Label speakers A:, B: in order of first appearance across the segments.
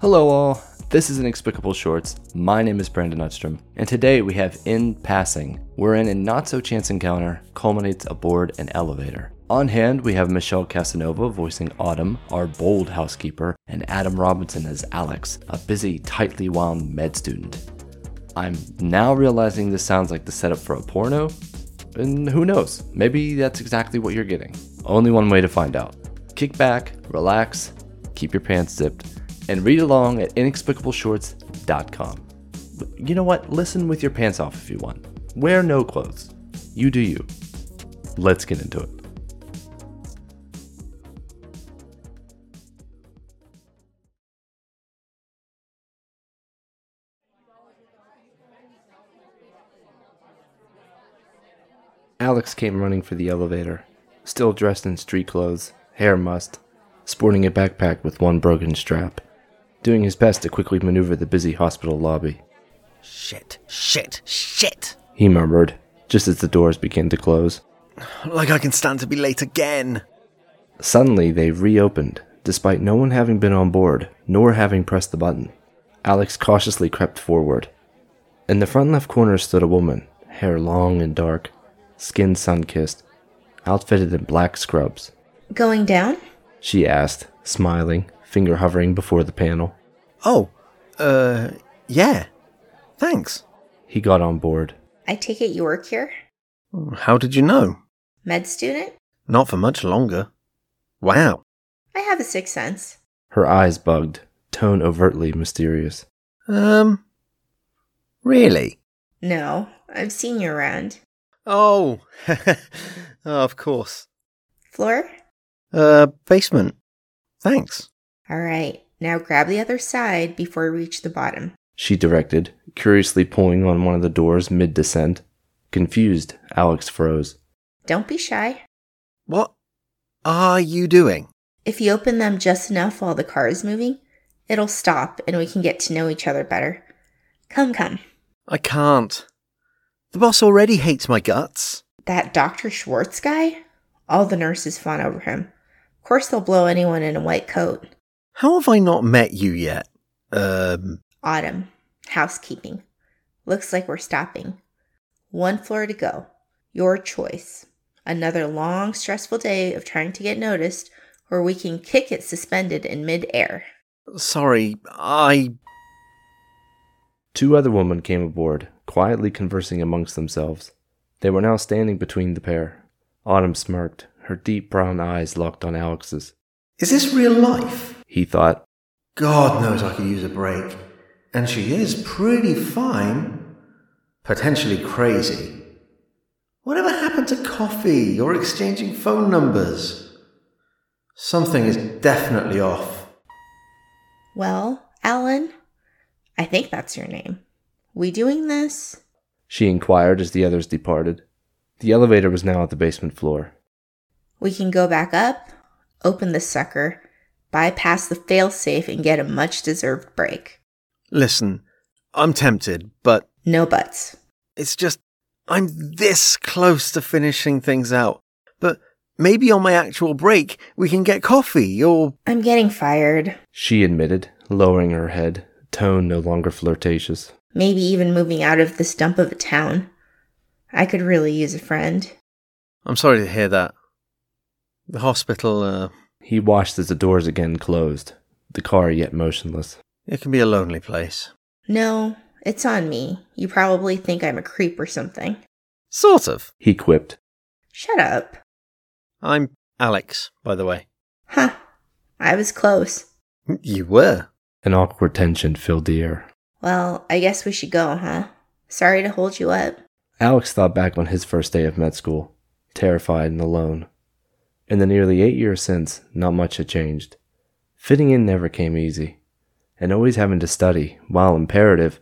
A: Hello, all. This is Inexplicable Shorts. My name is Brandon Utstrom, and today we have In Passing, wherein a not so chance encounter culminates aboard an elevator. On hand, we have Michelle Casanova voicing Autumn, our bold housekeeper, and Adam Robinson as Alex, a busy, tightly wound med student. I'm now realizing this sounds like the setup for a porno, and who knows? Maybe that's exactly what you're getting. Only one way to find out. Kick back, relax, keep your pants zipped, and read along at inexplicableshorts.com. But You know what? Listen with your pants off if you want. Wear no clothes. You do you. Let's get into it. Alex came running for the elevator, still dressed in street clothes, hair mussed, sporting a backpack with one broken strap, doing his best to quickly maneuver the busy hospital lobby.
B: Shit, shit, shit.
A: He murmured, just as the doors began to close.
B: Like I can stand to be late again.
A: Suddenly, they reopened, despite no one having been on board, nor having pressed the button. Alex cautiously crept forward. In the front left corner stood a woman, hair long and dark, skin sun kissed, outfitted in black scrubs.
C: Going down?
A: She asked, smiling, finger hovering before the panel.
B: Oh, uh, yeah. Thanks.
A: He got on board.
C: I take it you work here?
B: How did you know?
C: Med student?
B: Not for much longer. Wow.
C: I have a sixth sense.
A: Her eyes bugged, tone overtly mysterious.
B: Um, really?
C: No, I've seen you around.
B: Oh, of course.
C: Floor?
B: Uh, basement. Thanks.
C: All right, now grab the other side before we reach the bottom.
A: She directed, curiously pulling on one of the doors mid descent. Confused, Alex froze.
C: Don't be shy.
B: What are you doing?
C: If you open them just enough while the car is moving, it'll stop and we can get to know each other better. Come, come.
B: I can't. The boss already hates my guts.
C: That Dr. Schwartz guy? All the nurses fawn over him. Of course, they'll blow anyone in a white coat.
B: How have I not met you yet? Um,
C: Autumn. Housekeeping. Looks like we're stopping. One floor to go. Your choice. Another long, stressful day of trying to get noticed, or we can kick it suspended in midair.
B: sorry, I
A: Two other women came aboard, quietly conversing amongst themselves. They were now standing between the pair. Autumn smirked, her deep brown eyes locked on Alex's.
B: Is this real life?
A: He thought,
B: God knows I could use a break. And she is pretty fine. Potentially crazy. Whatever happened to coffee or exchanging phone numbers? Something is definitely off.
C: Well, Alan? I think that's your name. We doing this?
A: she inquired as the others departed. The elevator was now at the basement floor.
C: We can go back up, open the sucker, bypass the failsafe, and get a much deserved break.
B: Listen, I'm tempted, but
C: No buts.
B: it's just I'm this close to finishing things out. But maybe on my actual break, we can get coffee or.
C: I'm getting fired.
A: She admitted, lowering her head, tone no longer flirtatious.
C: maybe even moving out of this dump of a town. I could really use a friend.
B: I'm sorry to hear that. The hospital, uh,
A: He watched as the doors again closed, the car yet motionless.
B: it can be a lonely place.
C: No, it's on me. You probably think I'm a creep or something.
B: Sort of.
A: He quipped.
C: Shut up.
B: I'm Alex, by the way.
C: Huh. I was close.
B: You were.
A: An awkward tension filled the air.
C: Well, I guess we should go, huh? Sorry to hold you up.
A: Alex thought back on his first day of med school, terrified and alone. In the nearly eight years since, not much had changed. Fitting in never came easy, and always having to study, while imperative,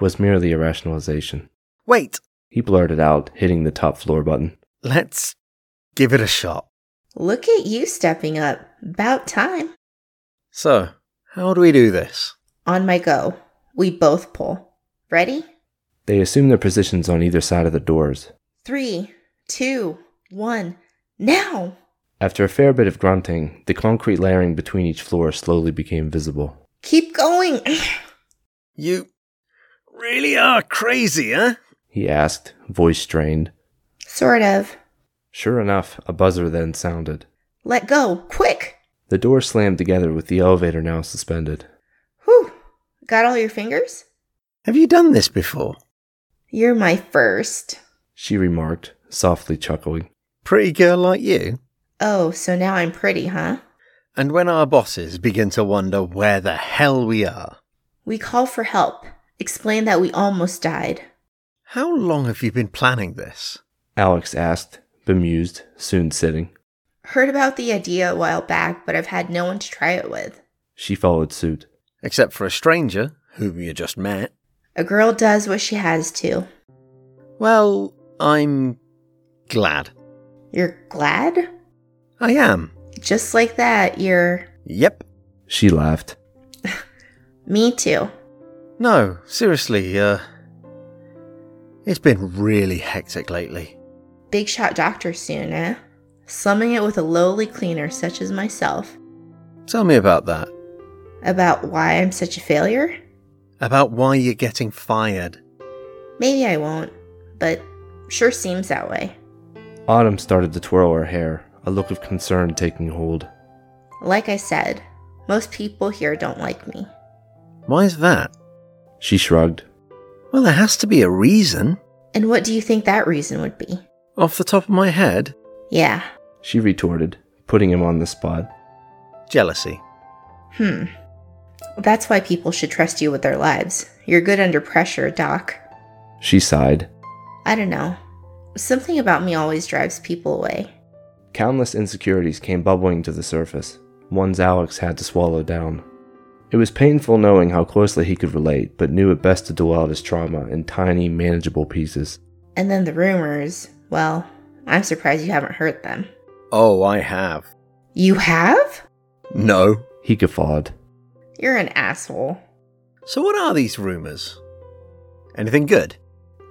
A: was merely a rationalization.
B: Wait,
A: He blurted out, hitting the top floor button.
B: let's give it a shot.
C: Look at you stepping up. About time.
B: So, how do we do this?
C: On my go. We both pull. Ready?
A: They assumed their positions on either side of the doors,
C: Three, two, one, now!
A: After a fair bit of grunting, the concrete layering between each floor slowly became visible.
C: Keep going.
B: You really are crazy, huh?
A: he asked, voice strained.
C: sort of.
A: Sure enough, a buzzer then sounded.
C: Let go. Quick.
A: The door slammed together with the elevator now suspended.
C: Whew. Got all your fingers?
B: Have you done this before?
C: You're my first.
A: She remarked, softly chuckling.
B: Pretty girl like you?
C: Oh, so now I'm pretty, huh?
B: And when our bosses begin to wonder where the hell we are,
C: We call for help. Explain that we almost died.
B: how long have you been planning this?
A: Alex asked, bemused, soon sitting.
C: Heard about the idea a while back, but I've had no one to try it with.
A: She followed suit.
B: Except for a stranger, whom you just met.
C: A girl does what she has to.
B: Well, I'm glad.
C: You're glad?
B: I am.
C: Just like that, you're.
B: Yep.
A: She laughed.
C: Me too.
B: No, seriously, uh. It's been really hectic lately.
C: Big shot doctor soon, eh? Slumming it with a lowly cleaner such as myself.
B: Tell me about that.
C: About why I'm such a failure?
B: About why you're getting fired.
C: Maybe I won't, but sure seems that way.
A: Autumn started to twirl her hair, a look of concern taking hold.
C: Like I said, most people here don't like me.
B: Why's that?
A: She shrugged.
B: Well, there has to be a reason.
C: And what do you think that reason would be?
B: Off the top of my head,
C: Yeah.
A: She retorted, putting him on the spot.
B: jealousy.
C: Hmm. That's why people should trust you with their lives. You're good under pressure, Doc.
A: She sighed.
C: I don't know. Something about me always drives people away.
A: Countless insecurities came bubbling to the surface, ones Alex had to swallow down. It was painful knowing how closely he could relate, but knew it best to dole out his trauma in tiny, manageable pieces.
C: And then the rumors well, I'm surprised you haven't heard them.
B: Oh, I have.
C: You have?
B: No.
A: He guffawed.
C: You're an asshole.
B: So, what are these rumours? Anything good?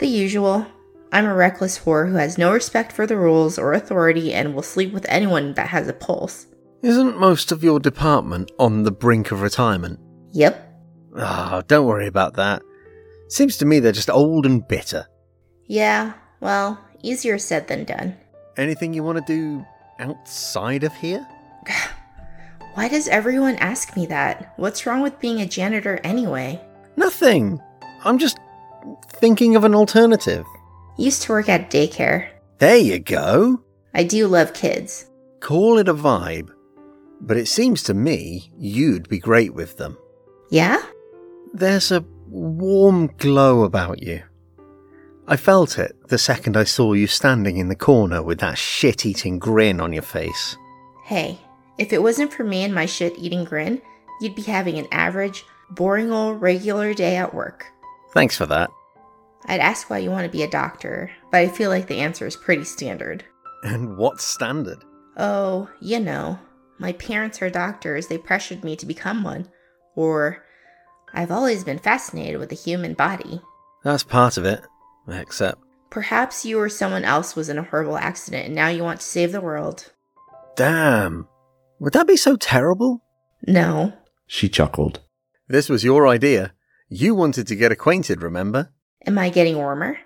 C: The usual. I'm a reckless whore who has no respect for the rules or authority and will sleep with anyone that has a pulse.
B: Isn't most of your department on the brink of retirement?
C: Yep.
B: Ah, don't worry about that. Seems to me they're just old and bitter.
C: Yeah, well, easier said than done.
B: Anything you want to do outside of here?
C: Why does everyone ask me that? What's wrong with being a janitor anyway?
B: Nothing. I'm just thinking of an alternative.
C: Used to work at daycare.
B: There you go.
C: I do love kids.
B: Call it a vibe. But it seems to me you'd be great with them.
C: Yeah?
B: There's a warm glow about you. I felt it the second I saw you standing in the corner with that shit eating grin on your face.
C: Hey, if it wasn't for me and my shit eating grin, you'd be having an average, boring old regular day at work.
B: Thanks for that.
C: I'd ask why you want to be a doctor, but I feel like the answer is pretty standard.
B: And what standard?
C: Oh, you know, my parents are doctors, they pressured me to become one. Or, I've always been fascinated with the human body.
B: That's part of it. Except,
C: Perhaps you or someone else was in a horrible accident and now you want to save the world.
B: damn. Would that be so terrible?
C: No.
A: She chuckled.
B: This was your idea. You wanted to get acquainted, remember?
C: Am I getting warmer?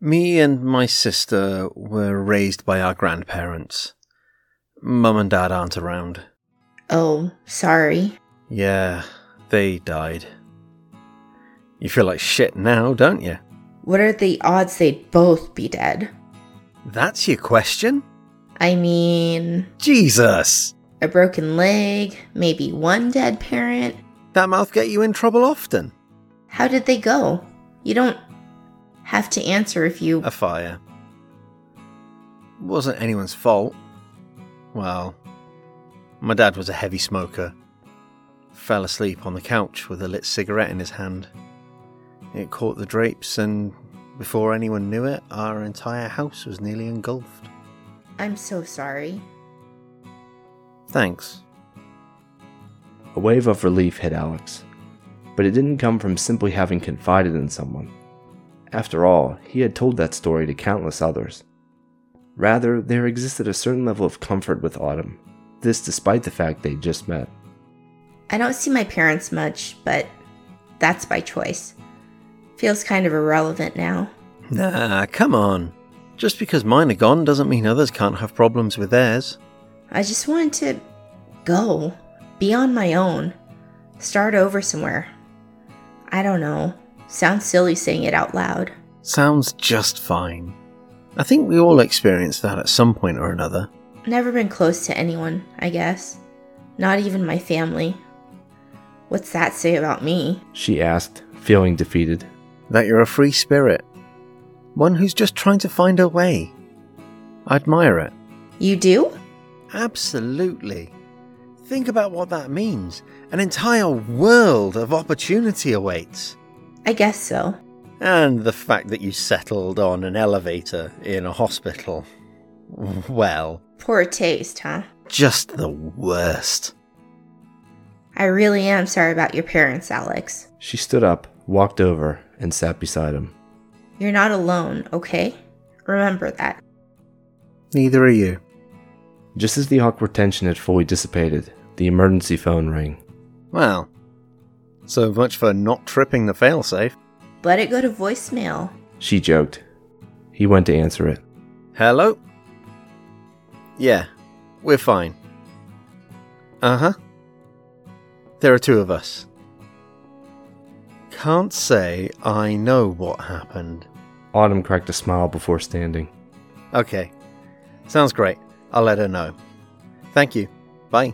B: Me and my sister were raised by our grandparents. Mum and dad aren't around.
C: Oh, sorry.
B: Yeah, they died. You feel like shit now, don't you?
C: What are the odds they'd both be dead?
B: That's your question?
C: I mean,
B: Jesus!
C: a broken leg, maybe one dead parent.
B: That mouth get you in trouble often.
C: How did they go? You don't have to answer if you.
B: A fire. Wasn't anyone's fault. Well, my dad was a heavy smoker. Fell asleep on the couch with a lit cigarette in his hand. It caught the drapes, and before anyone knew it, our entire house was nearly engulfed.
C: I'm so sorry.
B: Thanks.
A: A wave of relief hit Alex, but it didn't come from simply having confided in someone. After all, he had told that story to countless others. Rather, there existed a certain level of comfort with Autumn, this despite the fact they'd just met.
C: I don't see my parents much, but that's by choice. Feels kind of irrelevant now.
B: Nah, come on. Just because mine are gone doesn't mean others can't have problems with theirs.
C: I just wanted to go, be on my own, start over somewhere. I don't know. Sounds silly saying it out loud.
B: Sounds just fine. I think we all experience that at some point or another.
C: Never been close to anyone, I guess. Not even my family. What's that say about me?
A: She asked, feeling defeated.
B: That you're a free spirit. One who's just trying to find her way. I admire it.
C: You do?
B: Absolutely. Think about what that means. An entire world of opportunity awaits.
C: I guess so.
B: And the fact that you settled on an elevator in a hospital. Well,
C: Poor taste, huh?
B: just the worst.
C: I really am sorry about your parents, Alex.
A: She stood up, walked over, and sat beside him.
C: You're not alone, okay? Remember that.
B: Neither are you.
A: Just as the awkward tension had fully dissipated, the emergency phone rang.
B: Well, so much for not tripping the failsafe.
C: Let it go to voicemail.
A: She joked. He went to answer it.
B: Hello? Yeah, we're fine. Uh huh. There are two of us. Can't say I know what happened.
A: Autumn cracked a smile before standing.
B: Okay. Sounds great. I'll let her know. Thank you. Bye.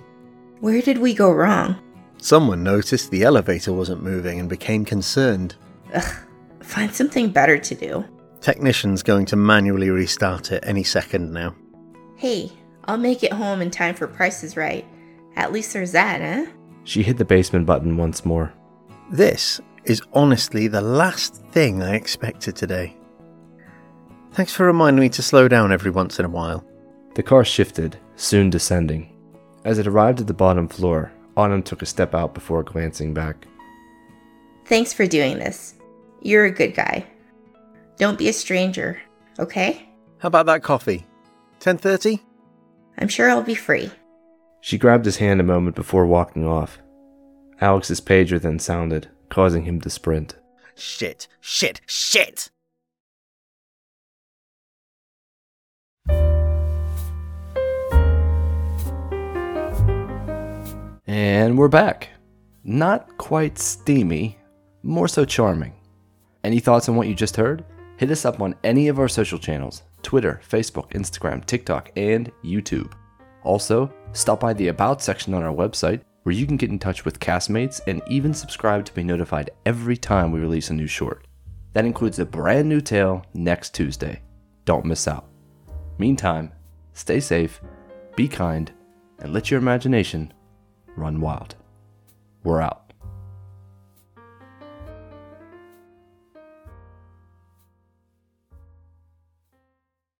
C: Where did we go wrong?
B: Someone noticed the elevator wasn't moving and became concerned.
C: Ugh, find something better to do.
B: Technician's going to manually restart it any second now.
C: Hey, I'll make it home in time for Price is Right. At least there's that, eh?
A: She hit the basement button once more.
B: This is honestly the last thing I expected today. Thanks for reminding me to slow down every once in a while.
A: The car shifted, soon descending. As it arrived at the bottom floor, Autumn took a step out before glancing back.
C: Thanks for doing this. You're a good guy. Don't be a stranger, okay?
B: How about that coffee? 10:30?
C: I'm sure I'll be free.
A: She grabbed his hand a moment before walking off. Alex's pager then sounded, causing him to sprint.
B: Shit, shit, shit.
A: And we're back. Not quite steamy, more so charming. Any thoughts on what you just heard? Hit us up on any of our social channels Twitter, Facebook, Instagram, TikTok, and YouTube. Also, stop by the About section on our website where you can get in touch with castmates and even subscribe to be notified every time we release a new short. That includes a brand new tale next Tuesday. Don't miss out. Meantime, stay safe, be kind, and let your imagination run wild. We're out.